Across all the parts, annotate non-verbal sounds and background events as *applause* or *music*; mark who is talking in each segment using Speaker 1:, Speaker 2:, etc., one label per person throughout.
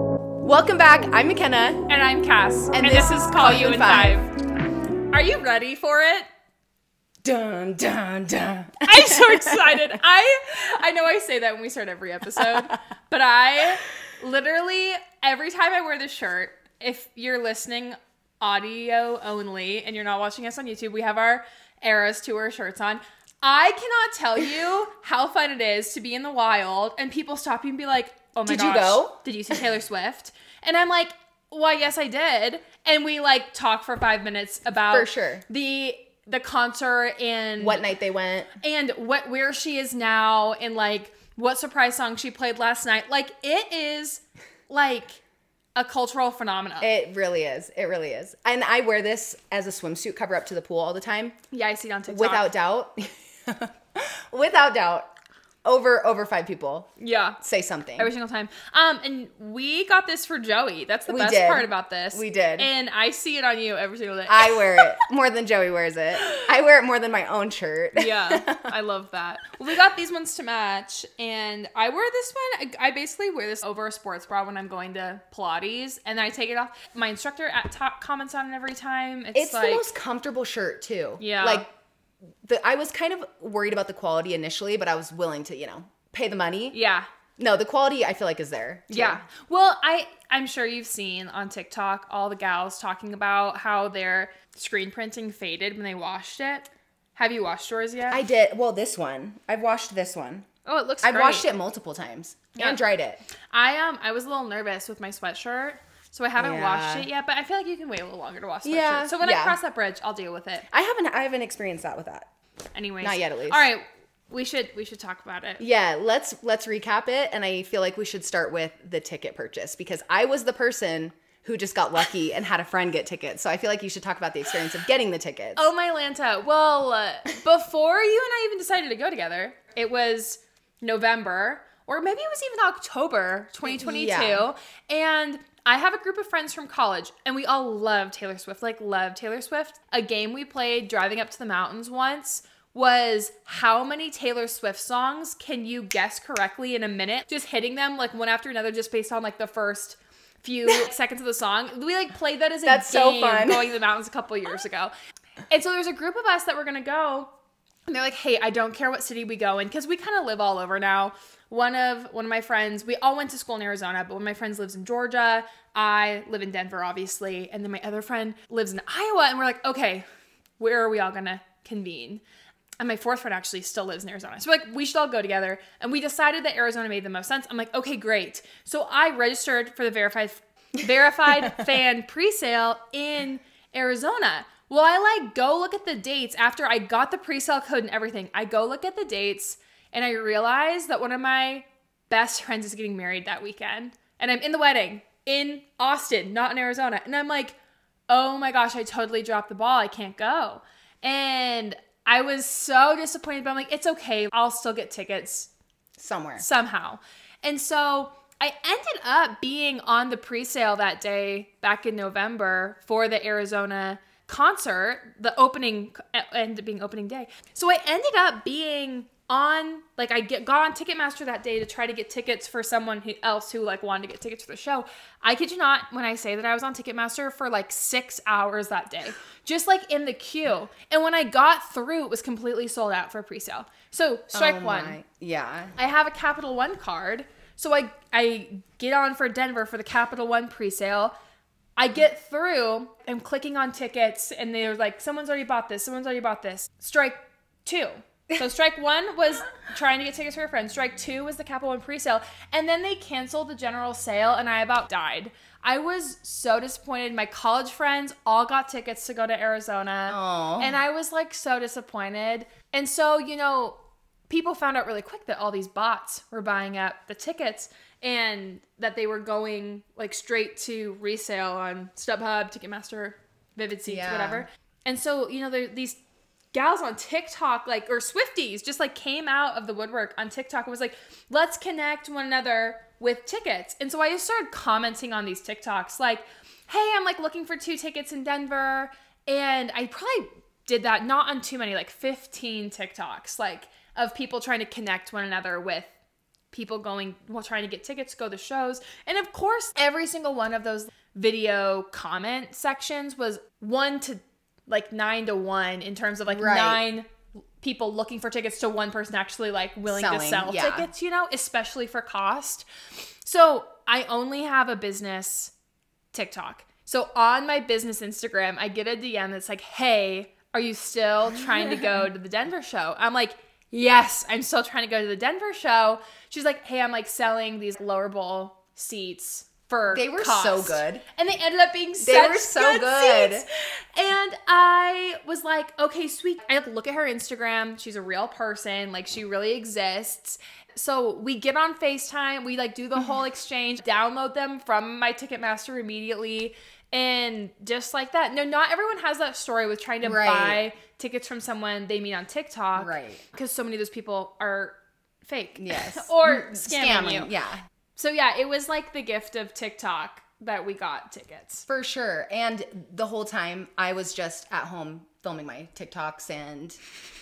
Speaker 1: Welcome back. I'm McKenna.
Speaker 2: And I'm Cass. And,
Speaker 1: this
Speaker 2: this,
Speaker 1: is
Speaker 2: is Call You in Five. Are you ready for it?
Speaker 1: Dun dun dun.
Speaker 2: *laughs* I'm so excited. I I know I say that when we start every episode, but I literally every time I wear this shirt, if you're listening audio only and you're not watching us on YouTube, we have our Eras Tour shirts on. I cannot tell you how fun it is to be in the wild and people stop you and be like, "Oh my
Speaker 1: Did you
Speaker 2: gosh,
Speaker 1: go?
Speaker 2: did you see Taylor Swift?" And I'm like, "Why, yes, I did." And we like talk for five minutes about
Speaker 1: For sure.
Speaker 2: the the concert and
Speaker 1: What night they went?
Speaker 2: and what where she is now and like what surprise song she played last night like it is like a cultural phenomenon
Speaker 1: It really is. It really is. And I wear this as a swimsuit cover up to the pool all the time.
Speaker 2: yeah i see it on tiktok
Speaker 1: Without doubt. *laughs* Without doubt. Over over five people
Speaker 2: yeah
Speaker 1: say something.
Speaker 2: every single time um and we got this for joey that's the
Speaker 1: We
Speaker 2: best
Speaker 1: did.
Speaker 2: part about this
Speaker 1: We did.
Speaker 2: and i see it on you every single day
Speaker 1: I wear it more than Joey wears it. I wear it more than my own shirt.
Speaker 2: *laughs* yeah i love that well we got these ones to match and i wear this one i I basically wear this over a sports bra when i'm going to pilates and then i take it off my instructor at top comments on it every time it's,
Speaker 1: It's
Speaker 2: like
Speaker 1: the most comfortable shirt too.
Speaker 2: Yeah.
Speaker 1: Like the I was kind of worried about the quality initially, but I was willing to, you know, pay the money.
Speaker 2: yeah
Speaker 1: No, the quality I feel like is there. too.
Speaker 2: Yeah. Well, I I'm sure you've seen on TikTok all the gals talking about how their screen printing faded when they washed it. Have you washed yours yet?
Speaker 1: I did well this one. I've washed this one.
Speaker 2: oh, it looks.
Speaker 1: I've
Speaker 2: great.
Speaker 1: washed it multiple times
Speaker 2: Yeah.
Speaker 1: and dried it.
Speaker 2: I um I was a little nervous with my sweatshirt, so I haven't
Speaker 1: Yeah.
Speaker 2: washed it yet. But I feel like you can wait a little longer to wash sweatshirt.
Speaker 1: Yeah,
Speaker 2: So when
Speaker 1: yeah.
Speaker 2: I cross that bridge, I'll deal with it.
Speaker 1: I haven't I haven't experienced that with that.
Speaker 2: Anyways.
Speaker 1: Not yet, at least.
Speaker 2: All right. We should we should talk about it.
Speaker 1: Yeah, let's let's recap it and I feel like we should start with the ticket purchase because I was the person who just got *laughs* lucky and had a friend get tickets. So I feel like you should talk about the experience of getting the tickets.
Speaker 2: Oh my Lanta. Well, uh, before you and I even decided to go together, it was November or maybe it was even October 2022
Speaker 1: Yeah.
Speaker 2: and I have a group of friends from college and we all love Taylor Swift, like love Taylor Swift. A game we played driving up to the mountains once was how many Taylor Swift songs can you guess correctly in a minute? Just hitting them like one after another just based on like the first
Speaker 1: *laughs*
Speaker 2: few seconds of the song. We like played that as a
Speaker 1: That's so
Speaker 2: game
Speaker 1: fun.
Speaker 2: going to the mountains a couple years ago. And so there's a group of us that were gonna go, and they're like, "Hey, I don't care what city we go in, because we kind of live all over now." One of one of my friends, we all went to school in Arizona, but one of my friends lives in Georgia. I live in Denver, obviously, and then my other friend lives in Iowa. And we're like, "Okay, where are we all gonna convene?" And my fourth friend actually still lives in Arizona. So we're like, we should all go together. And we decided that Arizona made the most sense. I'm like, okay, great. So I registered for the verified verified fan presale in Arizona. Well, I like go look at the dates after I got the presale code and everything. I go look at the dates and I realize that one of my best friends is getting married that weekend. And I'm in the wedding in Austin, not in Arizona. And I'm like, oh my gosh, I totally dropped the ball. I can't go. And I was so disappointed, but I'm like, it's okay. I'll still get tickets
Speaker 1: Somewhere.
Speaker 2: somehow. And so I ended up being on the presale that day back in November for the Arizona concert, the opening ended up being opening day. So I ended up being on like I get got on Ticketmaster that day to try to get tickets for someone who, else who like wanted to get tickets for the show. I kid you not when I say that I was on Ticketmaster for like 6 hours that day, just like in the queue. And when I got through, it was completely sold out for presale. So, strike
Speaker 1: Oh
Speaker 2: 1.
Speaker 1: my- Yeah.
Speaker 2: I have a Capital One card. So I I get on for Denver for the Capital One presale. I get through, I'm clicking on tickets, and they're like, someone's already bought this, someone's already bought this. Strike two. So strike one was trying to get tickets for a friend. Strike two was the Capital One presale. And then they canceled the general sale, and I about died. I was so disappointed. My college friends all got tickets to go to Arizona.
Speaker 1: Aw.
Speaker 2: And I was like so disappointed. And so, you know, people found out really quick that all these bots were buying up the tickets and that they were going like straight to resale on StubHub, Ticketmaster, Vivid Seats,
Speaker 1: Yeah.
Speaker 2: whatever. And so, you know, there, these gals on TikTok, like, or Swifties just like came out of the woodwork on TikTok and was like, let's connect one another with tickets. And so I just started commenting on these TikToks, like, hey, I'm like looking for two tickets in Denver. And I probably did that not on too many, like 15 TikToks, like of people trying to connect one another with people going well trying to get tickets to go to shows and of course every single one of those video comment sections was one to like nine to one in terms of like
Speaker 1: Right.
Speaker 2: nine people looking for tickets to one person actually like willing to
Speaker 1: Selling,
Speaker 2: sell
Speaker 1: yeah.
Speaker 2: tickets you know especially for cost so i only have a business tiktok so on my business instagram i get a dm that's like hey are you still trying
Speaker 1: *laughs*
Speaker 2: to go to the denver show i'm like yes i'm still trying to go to the denver show she's like hey i'm like selling these lower bowl seats for
Speaker 1: They were
Speaker 2: cost."
Speaker 1: so good.
Speaker 2: and they ended up being
Speaker 1: They
Speaker 2: such
Speaker 1: were so
Speaker 2: good,
Speaker 1: good.
Speaker 2: seats. And I was like, okay, sweet. I look at her Instagram. She's a real person. Like she really exists. So we get on FaceTime. We like do the
Speaker 1: *laughs*
Speaker 2: whole exchange, download them from my Ticketmaster immediately. And just like that. No, not everyone has that story with trying to
Speaker 1: Right.
Speaker 2: buy tickets from someone they meet on TikTok.
Speaker 1: Right.
Speaker 2: Because so many of those people are fake.
Speaker 1: *laughs*
Speaker 2: *laughs*
Speaker 1: Yes. Mm,
Speaker 2: or scamming, you.
Speaker 1: Yeah.
Speaker 2: So yeah, it was like the gift of TikTok that we got tickets.
Speaker 1: For sure. And the whole time I was just at home filming my TikToks and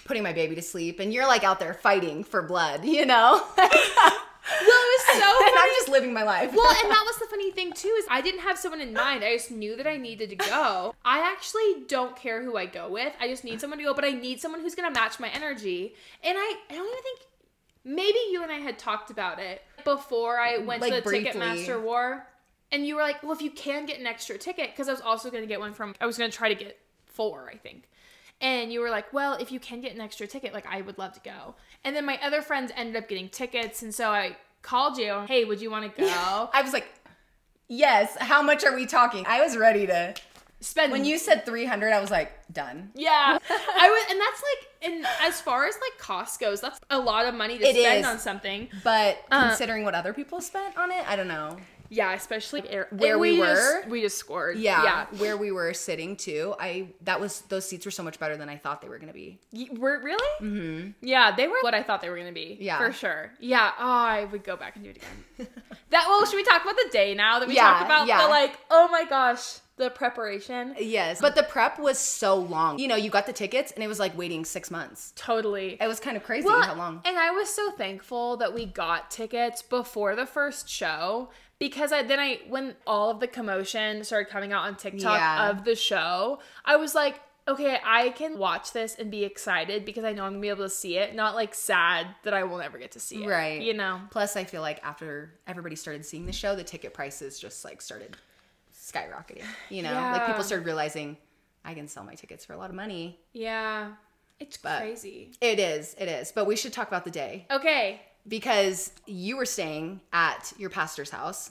Speaker 1: putting my baby to sleep. And you're like out there fighting for blood, you know? *laughs* and
Speaker 2: Well, it
Speaker 1: *laughs*
Speaker 2: was so
Speaker 1: I'm just living my life.
Speaker 2: well, and that was the funny thing too is I didn't have someone in mind. I just knew that I needed to go. I actually don't care who I go with. I just need someone to go, but I need someone who's gonna match my energy. And I, I don't even think maybe you and I had talked about it before I went to
Speaker 1: Like,
Speaker 2: the
Speaker 1: briefly.
Speaker 2: Ticketmaster war. And you were like, well, if you can get an extra ticket, because I was also gonna get one from I was gonna try to get four, I think. And you were like, well, if you can get an extra ticket, like I would love to go. And then my other friends ended up getting tickets, and so I called you, hey, would you want to go?
Speaker 1: I was like, yes, how much are we talking? I was ready to.
Speaker 2: spend
Speaker 1: When you said 300, I was like, done. *laughs*
Speaker 2: yeah i was and that's like and as far as like cost goes that's a lot of money to
Speaker 1: It
Speaker 2: spend
Speaker 1: is.
Speaker 2: on something
Speaker 1: But
Speaker 2: Uh,
Speaker 1: considering what other people spent on it, I don't know.
Speaker 2: yeah especially air-
Speaker 1: where
Speaker 2: and
Speaker 1: we
Speaker 2: just-
Speaker 1: were.
Speaker 2: we just scored
Speaker 1: Yeah,
Speaker 2: yeah
Speaker 1: where we were sitting too. I that was those seats were so much better than I thought they were going to be.
Speaker 2: Y- were really yeah they were what i thought they were gonna be
Speaker 1: Mm-hmm. Yeah.
Speaker 2: for sure yeah oh i would go back and do it
Speaker 1: *laughs*
Speaker 2: again that well should we talk about the day now that we
Speaker 1: Yeah,
Speaker 2: talked about
Speaker 1: yeah. Uh,
Speaker 2: the like oh my gosh the preparation
Speaker 1: Yes, but the prep was so long. You know, you got the tickets and it was like waiting 6 months.
Speaker 2: totally
Speaker 1: It was kind of crazy
Speaker 2: Well,
Speaker 1: how long.
Speaker 2: And I was so thankful that we got tickets before the first show because I then I when all of the commotion started coming out on TikTok
Speaker 1: Yeah.
Speaker 2: of the show, I was like, okay, I can watch this and be excited because I know I'm gonna be able to see it, not like sad that I will never get to see it.
Speaker 1: Right.
Speaker 2: You know.
Speaker 1: Plus, I feel like after everybody started seeing the show, the ticket prices just like started skyrocketing. You know, like
Speaker 2: Yeah.
Speaker 1: people started realizing I can sell my tickets for a lot of money.
Speaker 2: Yeah. It's crazy.
Speaker 1: It is, it is. But we should talk about the day
Speaker 2: Okay.
Speaker 1: because you were staying at your pastor's
Speaker 2: *laughs*
Speaker 1: house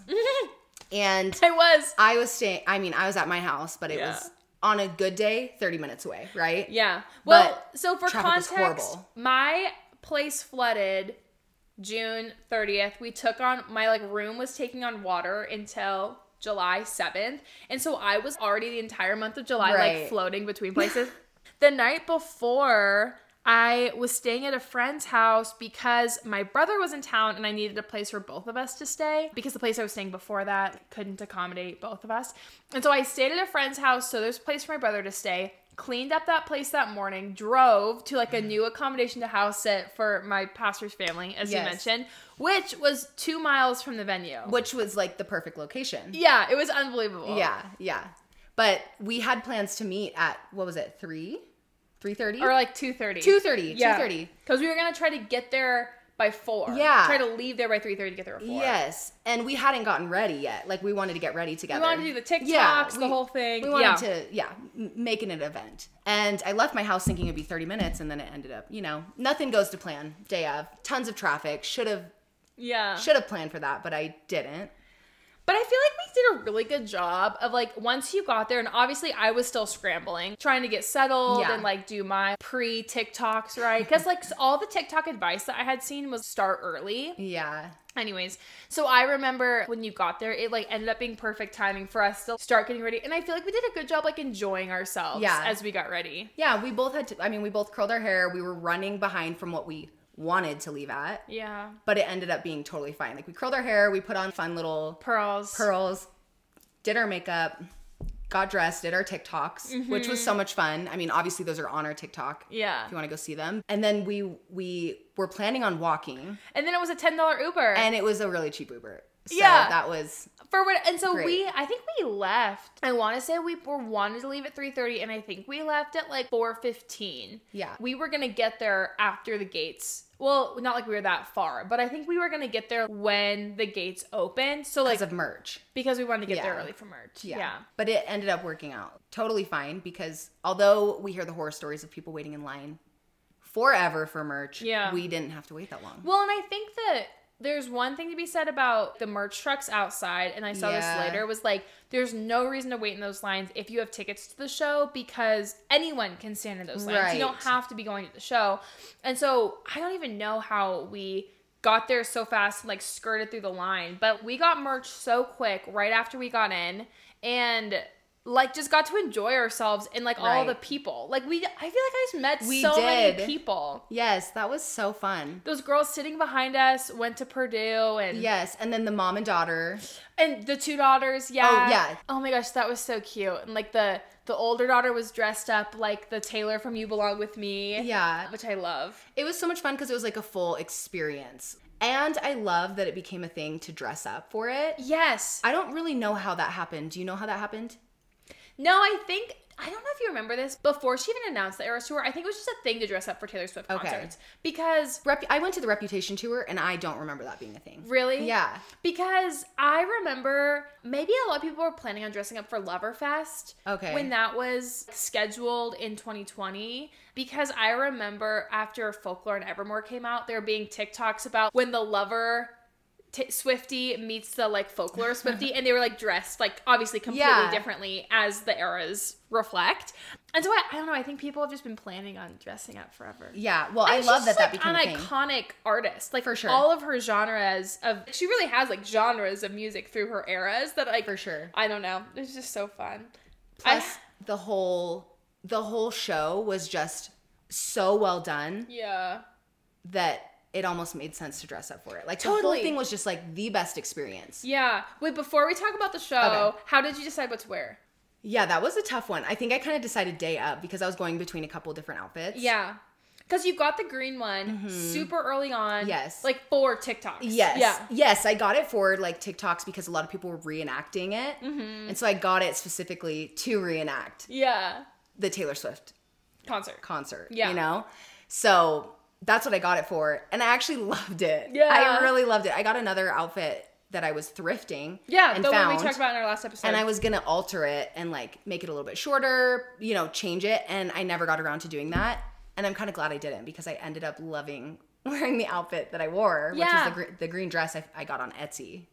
Speaker 1: and
Speaker 2: I was.
Speaker 1: I was staying, I mean, I was at my house, but it
Speaker 2: Yeah.
Speaker 1: was on a good day, 30 minutes away, right?
Speaker 2: Yeah. Well,
Speaker 1: But
Speaker 2: so for
Speaker 1: traffic was
Speaker 2: context,
Speaker 1: horrible.
Speaker 2: my place flooded June 30th. We took on my like room was taking on water until July 7th. And so I was already the entire month of July like
Speaker 1: Right.
Speaker 2: floating
Speaker 1: *laughs*
Speaker 2: between places. the night before, I was staying at a friend's house because my brother was in town and I needed a place for both of us to stay because the place I was staying before that couldn't accommodate both of us. And so I stayed at a friend's house so there's a place for my brother to stay. Cleaned up that place that morning, drove to like a
Speaker 1: Mm-hmm.
Speaker 2: new accommodation to house it for my pastor's family, as you
Speaker 1: Yes.
Speaker 2: mentioned, which was two miles from the venue.
Speaker 1: Which was like the perfect location.
Speaker 2: Yeah, it was unbelievable.
Speaker 1: Yeah, yeah. But we had plans to meet at what was it, three? Three thirty?
Speaker 2: or like two thirty.
Speaker 1: 2:30, 2:30.
Speaker 2: Because we were gonna try to get there by four.
Speaker 1: Yeah.
Speaker 2: Try to leave there by three thirty to get there at four.
Speaker 1: Yes. And we hadn't gotten ready yet. Like we wanted to get ready
Speaker 2: We
Speaker 1: together.
Speaker 2: wanted to do the TikToks, the
Speaker 1: we-
Speaker 2: whole thing.
Speaker 1: We wanted
Speaker 2: yeah.
Speaker 1: to, yeah, m- make it an event. And I left my house thinking it'd be 30 minutes and then it ended up, you know, nothing goes to plan. Day of, tons of traffic. Should have
Speaker 2: Yeah.
Speaker 1: should have planned for that, but I didn't.
Speaker 2: But I feel like we did a really good job of like once you got there, and obviously I was still scrambling, trying to get settled
Speaker 1: Yeah.
Speaker 2: and like do my pre TikToks right, because like all the TikTok advice that I had seen was start early.
Speaker 1: Yeah.
Speaker 2: Anyways, so I remember when you got there, it like ended up being perfect timing for us to start getting ready, and I feel like we did a good job like enjoying ourselves
Speaker 1: Yeah.
Speaker 2: as we got ready.
Speaker 1: Yeah, we both had to I mean, we both curled our hair. We were running behind from what we wanted to leave at.
Speaker 2: Yeah,
Speaker 1: but it ended up being totally fine. Like we curled our hair, we put on fun little
Speaker 2: pearls.
Speaker 1: pearls, did our makeup, got dressed, did our TikToks, which was so much fun. I mean, obviously those are on our TikTok.
Speaker 2: Mm-hmm. Yeah.
Speaker 1: If you want to go see them. And then we we were planning on walking,
Speaker 2: And then it was a ten dollar Uber.
Speaker 1: and it was a really cheap Uber. So
Speaker 2: Yeah.
Speaker 1: that was
Speaker 2: for what and so
Speaker 1: Great.
Speaker 2: we I think we left. I wanna say we were wanted to leave at three thirty and I think we left at like four fifteen.
Speaker 1: Yeah.
Speaker 2: We were gonna get there after the gates. Well, not like we were that far, but I think we were gonna get there when the gates opened. So like
Speaker 1: because of merch.
Speaker 2: because we wanted to get there
Speaker 1: Yeah.
Speaker 2: early for merch.
Speaker 1: Yeah.
Speaker 2: Yeah.
Speaker 1: But it ended up working out totally fine because although we hear the horror stories of people waiting in line forever for merch,
Speaker 2: Yeah.
Speaker 1: we didn't have to wait that long.
Speaker 2: Well, and I think that there's one thing to be said about the merch trucks outside, and I saw
Speaker 1: Yeah.
Speaker 2: this later was like there's no reason to wait in those lines if you have tickets to the show because anyone can stand in those lines. You don't
Speaker 1: Right.
Speaker 2: have to be going to the show. And so I don't even know how we got there so fast and like skirted through the line, but we got merch so quick right after we got in and like just got to enjoy ourselves and like all
Speaker 1: Right.
Speaker 2: the people. Like we I feel like I just met
Speaker 1: We
Speaker 2: so
Speaker 1: did.
Speaker 2: many people
Speaker 1: Yes, that was so fun.
Speaker 2: those girls sitting behind us went to Purdue and
Speaker 1: Yes, and then the mom and daughter.
Speaker 2: and the two daughters, yeah.
Speaker 1: Oh, yeah.
Speaker 2: Oh my gosh, that was so cute. And like the the older daughter was dressed up like the Taylor from You Belong With Me.
Speaker 1: Yeah.
Speaker 2: Which I love.
Speaker 1: It was so much fun because it was like a full experience. And I love that it became a thing to dress up for it.
Speaker 2: Yes.
Speaker 1: I don't really know how that happened. Do you know how that happened?
Speaker 2: No, I think I don't know if you remember this. Before she even announced the Eras tour, I think it was just a thing to dress up for Taylor Swift
Speaker 1: Okay.
Speaker 2: concerts. Because
Speaker 1: Rep- I went to the Reputation tour and I don't remember that being a thing.
Speaker 2: really,
Speaker 1: Yeah.
Speaker 2: Because I remember maybe a lot of people were planning on dressing up for Loverfest.
Speaker 1: Okay.
Speaker 2: When that was scheduled in 2020. Because I remember after Folklore and Evermore came out, there being TikToks about when the lover. T- Swifty meets the
Speaker 1: *laughs*
Speaker 2: like folklore Swifty, and they were like dressed like obviously completely
Speaker 1: Yeah.
Speaker 2: differently as the eras reflect. And so I, I don't know. I think people have just been planning on dressing up forever.
Speaker 1: Yeah. Well,
Speaker 2: I
Speaker 1: I,
Speaker 2: mean,
Speaker 1: love
Speaker 2: she's
Speaker 1: that that
Speaker 2: just,
Speaker 1: became
Speaker 2: like,
Speaker 1: a thing.
Speaker 2: an iconic artist. Like
Speaker 1: For sure.
Speaker 2: all of her genres of she really has like genres of music through her eras that like
Speaker 1: For sure.
Speaker 2: I don't know. It's just
Speaker 1: *sighs*
Speaker 2: so fun. I-
Speaker 1: Plus the whole the whole show was just so well done
Speaker 2: yeah.
Speaker 1: that it almost made sense to dress up for it. Like the whole
Speaker 2: Totally.
Speaker 1: thing was just like the best experience.
Speaker 2: Yeah. Wait, before we talk about the show,
Speaker 1: Okay.
Speaker 2: how did you decide what to wear?
Speaker 1: Yeah, that was a tough one. I think I kind of decided day up because I was going between a couple different outfits.
Speaker 2: Yeah. Cause you got the green one super early on.
Speaker 1: Mm-hmm. Yes.
Speaker 2: Like four TikToks.
Speaker 1: Yes.
Speaker 2: Yeah.
Speaker 1: Yes, I got it for like TikToks because a lot of people were reenacting it.
Speaker 2: Mm-hmm.
Speaker 1: And so I got it specifically to reenact
Speaker 2: Yeah.
Speaker 1: the Taylor Swift
Speaker 2: Concert.
Speaker 1: concert.
Speaker 2: Yeah.
Speaker 1: You know? So that's what I got it for. And I actually loved it.
Speaker 2: Yeah.
Speaker 1: I really loved it. I got another outfit that I was thrifting.
Speaker 2: Yeah,
Speaker 1: And
Speaker 2: the
Speaker 1: found.
Speaker 2: one we talked about in our last episode.
Speaker 1: and I was gonna alter it and like make it a little bit shorter, you know, change it. And I never got around to doing that. And I'm kind of glad I didn't because I ended up loving *laughs* wearing the outfit that I wore,
Speaker 2: Yeah. Mm-hmm.
Speaker 1: which was the, gr- the green dress I, I got on Etsy.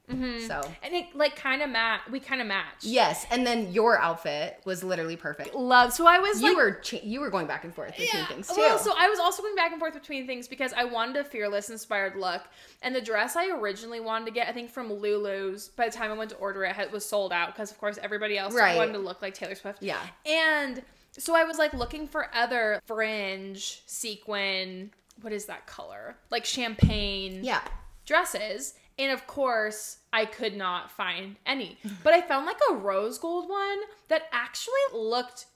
Speaker 1: So
Speaker 2: and it like kinda match we kinda matched.
Speaker 1: yes, and then your outfit was literally perfect.
Speaker 2: Love. So I was
Speaker 1: You
Speaker 2: like
Speaker 1: were cha- you were going back and forth between things too.
Speaker 2: Well, so I was also going back and forth between things because I wanted a fearless inspired look, and the dress I originally wanted to get, I think from Lulu's, by the time I went to order it, had, was sold out because of course everybody else
Speaker 1: Right.
Speaker 2: wanted to look like Taylor Swift.
Speaker 1: Yeah.
Speaker 2: and so I was like looking for other fringe sequin. What is that color? Like champagne
Speaker 1: yeah,
Speaker 2: dresses. And of course, I could not find
Speaker 1: *laughs*
Speaker 2: any. But I found like a rose gold one that actually looked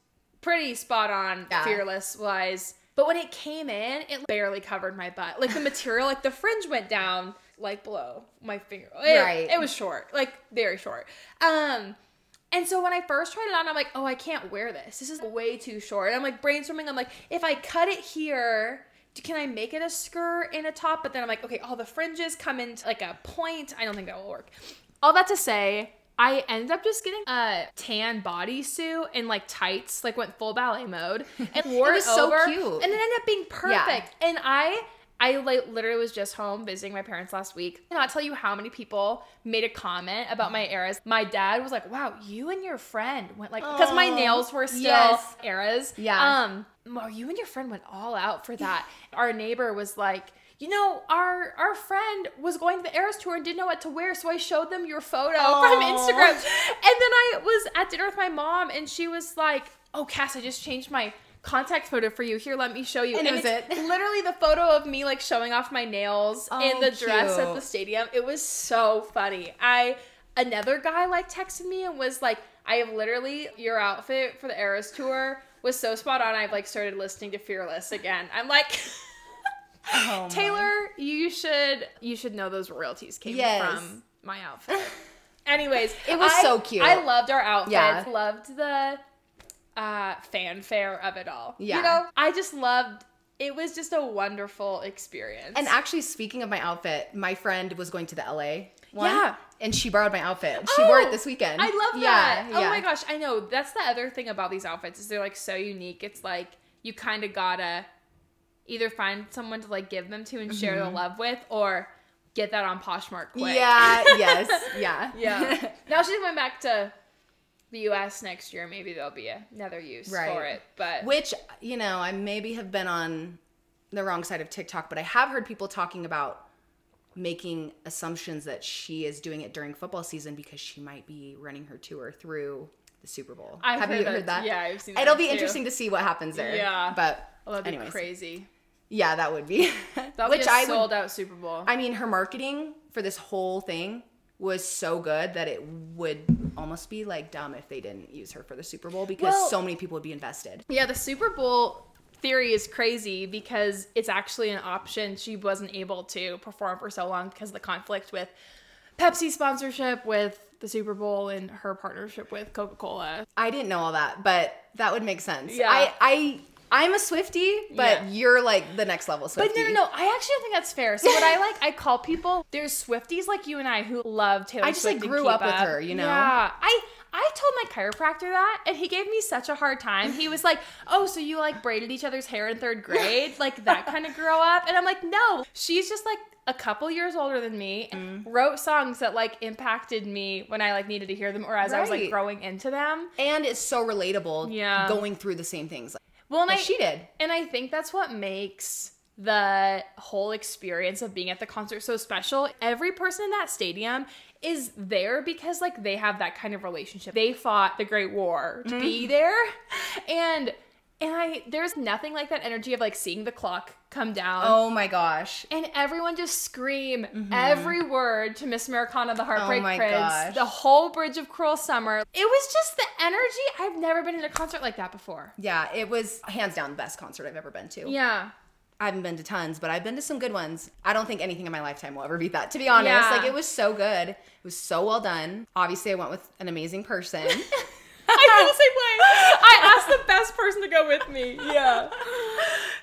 Speaker 2: pretty spot on,
Speaker 1: Yeah.
Speaker 2: fearless wise. But when it came in, it barely covered my butt. Like the material, like the fringe went down like below my finger. It,
Speaker 1: Right.
Speaker 2: It was short, like very short. Um, and so when I first tried it on, I'm like, oh, I can't wear this. This is way too short. And I'm like brainstorming. I'm like, if I cut it here, do- can I make it a skirt and a top? But then I'm like, okay, all the fringes come into like a point. I don't think that will work. All that to say, I ended up just getting a tan bodysuit and like tights, like went full ballet mode
Speaker 1: *laughs*
Speaker 2: and wore it,
Speaker 1: was so
Speaker 2: over,
Speaker 1: cute.
Speaker 2: And it ended up being perfect. And I. I like literally was just home visiting my parents last week. I cannot tell you how many people made a comment about my eras. My dad was like, "Wow, you and your friend went like because my
Speaker 1: Aw.
Speaker 2: nails were still
Speaker 1: Yes.
Speaker 2: eras.
Speaker 1: Yeah.
Speaker 2: Um, well, you and your friend went all out for that. our neighbor was like, you know, our our friend was going to the Eras tour and didn't know what to wear, so I showed them your photo from
Speaker 1: Aw.
Speaker 2: Instagram. *laughs* And then I was at dinner with my mom, and she was like, "Oh, Cass, I just changed my." Contact photo for you. Here, let me show you.
Speaker 1: And it was
Speaker 2: it's
Speaker 1: it. *laughs*
Speaker 2: literally the photo of me like showing off my nails
Speaker 1: Oh,
Speaker 2: in the dress at
Speaker 1: cute.
Speaker 2: the stadium. It was so funny. I another guy like texted me and was like, I have literally your outfit for the *laughs* Eras tour was so spot on. I've like started listening to Fearless again. I'm like,
Speaker 1: Oh, my.
Speaker 2: Taylor, you should you should know those royalties came
Speaker 1: Yes.
Speaker 2: from my outfit. Anyways,
Speaker 1: *laughs* It was
Speaker 2: I-
Speaker 1: so cute.
Speaker 2: I loved our outfits.
Speaker 1: Yeah.
Speaker 2: Loved the uh, fanfare of it all.
Speaker 1: Yeah.
Speaker 2: You know, I just loved. It was just a wonderful experience.
Speaker 1: And actually, speaking of my outfit, my friend was going to the LA one.
Speaker 2: Yeah. Oh,
Speaker 1: And she borrowed my outfit. She wore it this weekend.
Speaker 2: I love
Speaker 1: Yeah,
Speaker 2: that. Oh
Speaker 1: yeah.
Speaker 2: my gosh, I know. That's the other thing about these outfits is they're like so unique. It's like you kind of gotta either find someone to like give them to and share the love with, or get that on Poshmark quick.
Speaker 1: Mm-hmm. Yeah, yes,
Speaker 2: *laughs*
Speaker 1: yeah.
Speaker 2: yeah. now she's going back to the U.S. next year. Maybe there'll be another use
Speaker 1: Right.
Speaker 2: for it. But
Speaker 1: Which, you know, I maybe have been on the wrong side of TikTok, but I have heard people talking about making assumptions that she is doing it during football season because she might be running her tour through the Super Bowl.
Speaker 2: I've
Speaker 1: have
Speaker 2: heard
Speaker 1: you
Speaker 2: that-
Speaker 1: heard that?
Speaker 2: yeah, I've seen
Speaker 1: It'll
Speaker 2: that
Speaker 1: be
Speaker 2: too.
Speaker 1: interesting to see what happens there.
Speaker 2: Yeah.
Speaker 1: But
Speaker 2: oh, that'd be
Speaker 1: anyways,
Speaker 2: crazy.
Speaker 1: yeah, that would be. *laughs*
Speaker 2: That would
Speaker 1: Which
Speaker 2: be
Speaker 1: I
Speaker 2: a
Speaker 1: would
Speaker 2: sold out Super Bowl.
Speaker 1: I mean, her marketing for this whole thing was so good that it would almost be like dumb if they didn't use her for the Super Bowl because
Speaker 2: Well-
Speaker 1: so many people would be invested.
Speaker 2: Yeah, the Super Bowl theory is crazy because it's actually an option. She wasn't able to perform for so long because of the conflict with Pepsi sponsorship, with the Super Bowl, and her partnership with Coca Cola.
Speaker 1: I didn't know all that, but that would make sense.
Speaker 2: Yeah.
Speaker 1: I, I I'm a Swifty, but
Speaker 2: Yeah.
Speaker 1: you're like the next level Swifty.
Speaker 2: But no, no, no. I actually don't think that's fair. So what I like, I call people. There's Swifties like you and I who love Taylor.
Speaker 1: I just,
Speaker 2: Swift
Speaker 1: like,
Speaker 2: and
Speaker 1: grew
Speaker 2: keep
Speaker 1: up with her, you know?
Speaker 2: Yeah. I I told my chiropractor that, and he gave me such a hard time. He was like, "Oh, so you like braided each other's hair in
Speaker 1: *laughs*
Speaker 2: third grade, like that kind of grow up?" And I'm like, "No, she's just like." A couple years older than me, and
Speaker 1: Mm.
Speaker 2: wrote songs that like impacted me when I like needed to hear them, or as I was
Speaker 1: Right.
Speaker 2: like growing into them.
Speaker 1: And it's so relatable
Speaker 2: Yeah.
Speaker 1: going through the same things like,
Speaker 2: Well, and I,
Speaker 1: she did.
Speaker 2: And I think that's what makes the whole experience of being at the concert so special. Every person in that stadium is there because like they have that kind of relationship. They fought the Great War to
Speaker 1: Mm-hmm.
Speaker 2: be there. And and I there's nothing like that energy of like seeing the clock come down.
Speaker 1: Oh my gosh.
Speaker 2: And everyone just scream every word to Miss Americana, the Heartbreak
Speaker 1: Oh my
Speaker 2: Prince,
Speaker 1: gosh.
Speaker 2: the whole Bridge of Cruel Summer. It was just the energy. I've never been in a concert like that before.
Speaker 1: Yeah, it was hands down the best concert I've ever been to.
Speaker 2: Yeah.
Speaker 1: I haven't been to tons, but I've been to some good ones. I don't think anything in my lifetime will ever beat that, to be honest.
Speaker 2: Yeah.
Speaker 1: Like, it was so good. It was so well done. Obviously, I went with an amazing
Speaker 2: *laughs*
Speaker 1: person.
Speaker 2: I feel the same way. *laughs* I asked the best person to go with me. Yeah.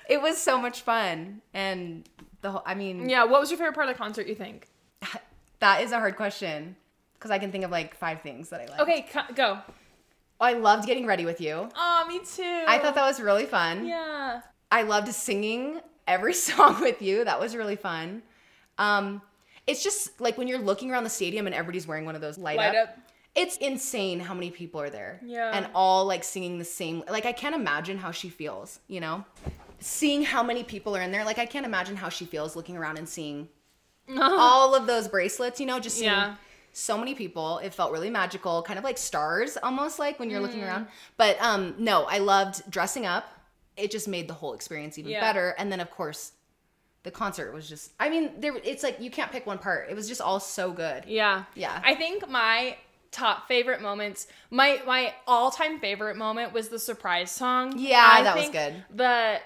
Speaker 1: it was so much fun. And the whole, I mean,
Speaker 2: Yeah. What was your favorite part of the concert? You think?
Speaker 1: that is a hard question because I can think of like five things that I like.
Speaker 2: Okay, co- go.
Speaker 1: I loved getting ready with you.
Speaker 2: Oh, me too.
Speaker 1: I thought that was really fun.
Speaker 2: Yeah.
Speaker 1: I loved singing every *laughs* song with you. That was really fun. Um, it's just like when you're looking around the stadium and everybody's wearing one of those light,
Speaker 2: Light
Speaker 1: up.
Speaker 2: up.
Speaker 1: It's insane how many people are there.
Speaker 2: Yeah.
Speaker 1: And all like singing the same. Like I can't imagine how she feels, you know? Seeing how many people are in there, like I can't imagine how she feels looking around and
Speaker 2: *laughs*
Speaker 1: seeing all of those bracelets, you know, just seeing
Speaker 2: Yeah.
Speaker 1: so many people. It felt really magical, kind of like stars almost like when you're looking
Speaker 2: Mm.
Speaker 1: around. But um no, I loved dressing up. It just made the whole experience even
Speaker 2: Yeah.
Speaker 1: better. And then of course, the concert was just I mean, there it's like you can't pick one part. It was just all so good.
Speaker 2: Yeah.
Speaker 1: Yeah.
Speaker 2: I think my top favorite moments, my my all time favorite moment was the surprise song.
Speaker 1: Yeah,
Speaker 2: I
Speaker 1: that was
Speaker 2: think
Speaker 1: good.
Speaker 2: The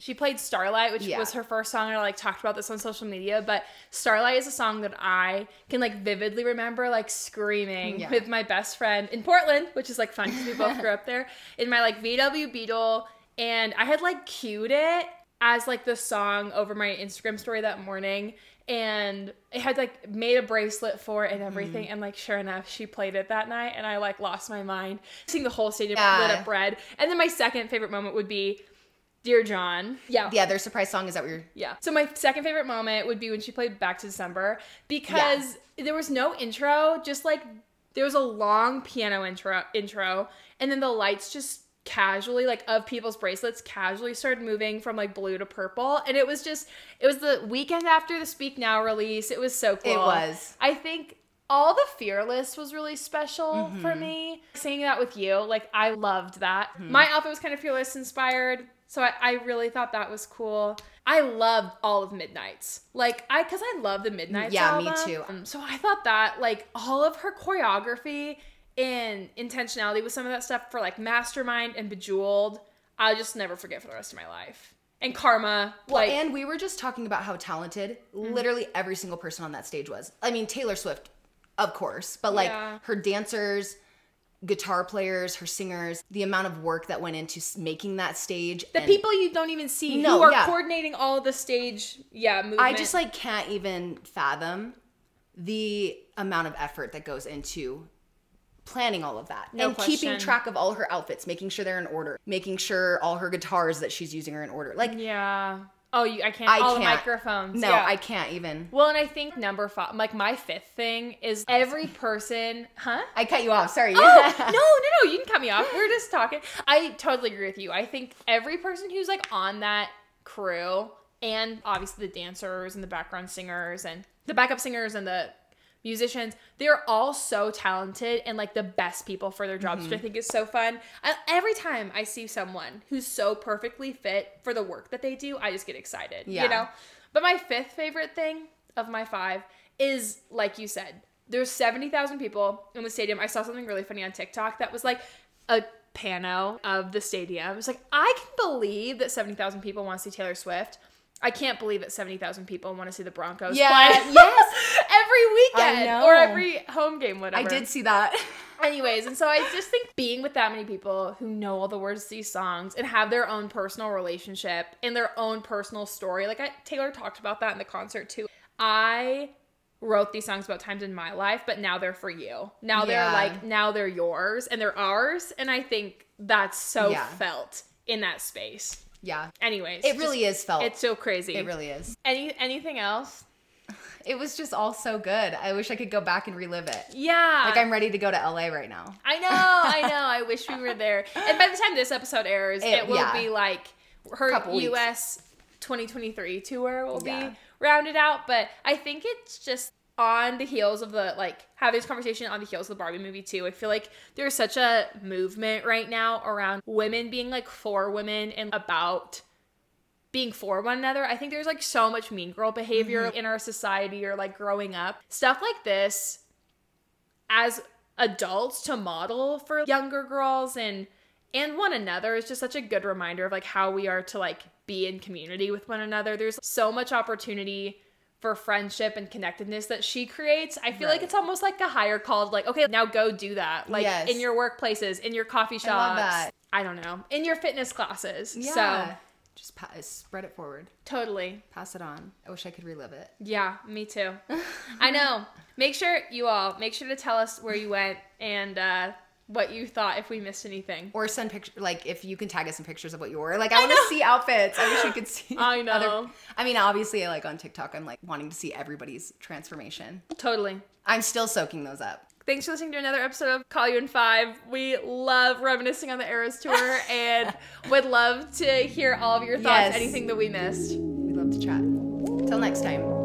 Speaker 2: she played Starlight, which
Speaker 1: Yeah.
Speaker 2: was her first song. and I like talked about this on social media, but Starlight is a song that I can like vividly remember, like screaming
Speaker 1: Yeah.
Speaker 2: with my best friend in Portland, which is like fun because we both grew
Speaker 1: *laughs*
Speaker 2: up there. In my like VW Beetle, and I had like queued it as like the song over my Instagram story that morning, and it had like made a bracelet for it
Speaker 1: Mm-hmm.
Speaker 2: and everything. And like sure enough, she played it that night, and I like lost my mind, seeing the whole stadium lit
Speaker 1: Yeah.
Speaker 2: up red. And then my second favorite moment would be. Dear John. Yeah.
Speaker 1: Yeah, their surprise song is that what you're
Speaker 2: Yeah. So my second favorite moment would be when she played Back to December because there was no intro, just like there was a long piano intro intro and then the lights just casually like of people's bracelets casually started moving from like blue to purple and it was just it was the weekend after the Speak Now release. It was so cool.
Speaker 1: was.
Speaker 2: I think all the fearless was really special
Speaker 1: Mm-hmm.
Speaker 2: for me seeing that with you like i loved that my outfit was kind of fearless inspired so I, I really thought that was cool i loved all of midnights like i because i love the midnights
Speaker 1: Yeah, me
Speaker 2: album.
Speaker 1: too.
Speaker 2: Um, so i thought that like all of her choreography and intentionality with some of that stuff for like mastermind and bejeweled i'll just never forget for the rest of my life and karma. like
Speaker 1: and we were just talking about how talented
Speaker 2: Mm-hmm.
Speaker 1: literally every single person on that stage was. I mean, Taylor Swift, of course, but like
Speaker 2: Yeah.
Speaker 1: her dancers, guitar players, her singers, the amount of work that went into s- making that stage.
Speaker 2: the
Speaker 1: and
Speaker 2: people you don't even see
Speaker 1: No,
Speaker 2: who are
Speaker 1: yeah.
Speaker 2: coordinating all the stage. Yeah, movement.
Speaker 1: I just like can't even fathom the amount of effort that goes into planning all of that
Speaker 2: No
Speaker 1: and keeping
Speaker 2: question.
Speaker 1: track of all her outfits, making sure they're in order, making sure all her guitars that she's using are in order. Like
Speaker 2: yeah. Oh, you, I can't.
Speaker 1: I
Speaker 2: all
Speaker 1: can't.
Speaker 2: the microphones.
Speaker 1: No,
Speaker 2: yeah.
Speaker 1: I can't even.
Speaker 2: Well, and I think number five, like my fifth thing is every person, huh?
Speaker 1: I cut you off. Sorry. *laughs*
Speaker 2: Oh, *laughs* no, no, no, you can cut me off. We're just talking. I totally agree with you. I think every person who's like on that crew and obviously the dancers and the background singers and the backup singers and the musicians, they're all so talented and like the best people for their jobs,
Speaker 1: Mm-hmm.
Speaker 2: which I think is so fun. I, every time I see someone who's so perfectly fit for the work that they do, I just get excited,
Speaker 1: Yeah.
Speaker 2: you know? But my fifth favorite thing of my five is, like you said, there's 70,000 people in the stadium. I saw something really funny on TikTok that was like a pano of the stadium. It's like, I can believe that 70,000 people want to see Taylor Swift. I can't believe that 70,000 people want to see the Broncos *laughs*
Speaker 1: Yeah, *laughs*
Speaker 2: play
Speaker 1: yes.
Speaker 2: every
Speaker 1: I
Speaker 2: weekend
Speaker 1: know.
Speaker 2: or every home game, whatever.
Speaker 1: I did see that.
Speaker 2: Anyways, and so I just think being with that many people who know all the words to these songs and have their own personal relationship and their own personal story, like I, Taylor talked about that in the concert too. I wrote these songs about times in my life, but now they're for you. Now
Speaker 1: Yeah.
Speaker 2: they're like, now they're yours and they're ours. And I think that's so
Speaker 1: Yeah.
Speaker 2: felt in that space.
Speaker 1: Yeah.
Speaker 2: Anyways,
Speaker 1: It really is felt.
Speaker 2: it's so crazy.
Speaker 1: it really is.
Speaker 2: Any anything else?
Speaker 1: It was just all so good. I wish I could go back and relive it.
Speaker 2: Yeah,
Speaker 1: Like I'm ready to go to LA right now.
Speaker 2: I know, I know. I wish we were there. And by the time this episode airs, it,
Speaker 1: It-
Speaker 2: will
Speaker 1: yeah.
Speaker 2: be like her
Speaker 1: Couple weeks.
Speaker 2: US 2023 tour will
Speaker 1: Yeah.
Speaker 2: be rounded out. But I think it's just on the heels of the like having this conversation on the heels of the Barbie movie too. I feel like there's such a movement right now around women being like for women and about being for one another. I think there's like so much mean girl behavior
Speaker 1: Mm-hmm.
Speaker 2: in our society or like growing up. Stuff like this as adults to model for younger girls and and one another is just such a good reminder of like how we are to like be in community with one another. There's so much opportunity for friendship and connectedness that she creates. I feel like
Speaker 1: Right.
Speaker 2: it's almost like a higher call to like, okay, now go do that. Like
Speaker 1: Yes.
Speaker 2: in your workplaces, in your coffee shops.
Speaker 1: love that.
Speaker 2: I don't know. In your fitness classes.
Speaker 1: Yeah.
Speaker 2: So
Speaker 1: just pa- spread it forward.
Speaker 2: Totally.
Speaker 1: Pass it on. I wish I could relive it.
Speaker 2: Yeah, me too. I know. Make sure you all make sure to tell us where you went and uh, what you thought if we missed anything.
Speaker 1: Or send picture like if you can tag us some pictures of what you wore. Like I, want to see outfits. I wish we could see.
Speaker 2: *laughs* I know.
Speaker 1: I mean, obviously, like on TikTok, I'm like wanting to see everybody's transformation.
Speaker 2: Totally.
Speaker 1: I'm still soaking those up.
Speaker 2: Thanks for listening to another episode of Call You in Five. We love reminiscing on the Eras tour and would love to hear all of your thoughts,
Speaker 1: Yes.
Speaker 2: anything that we missed.
Speaker 1: We'd love to chat. Till next time.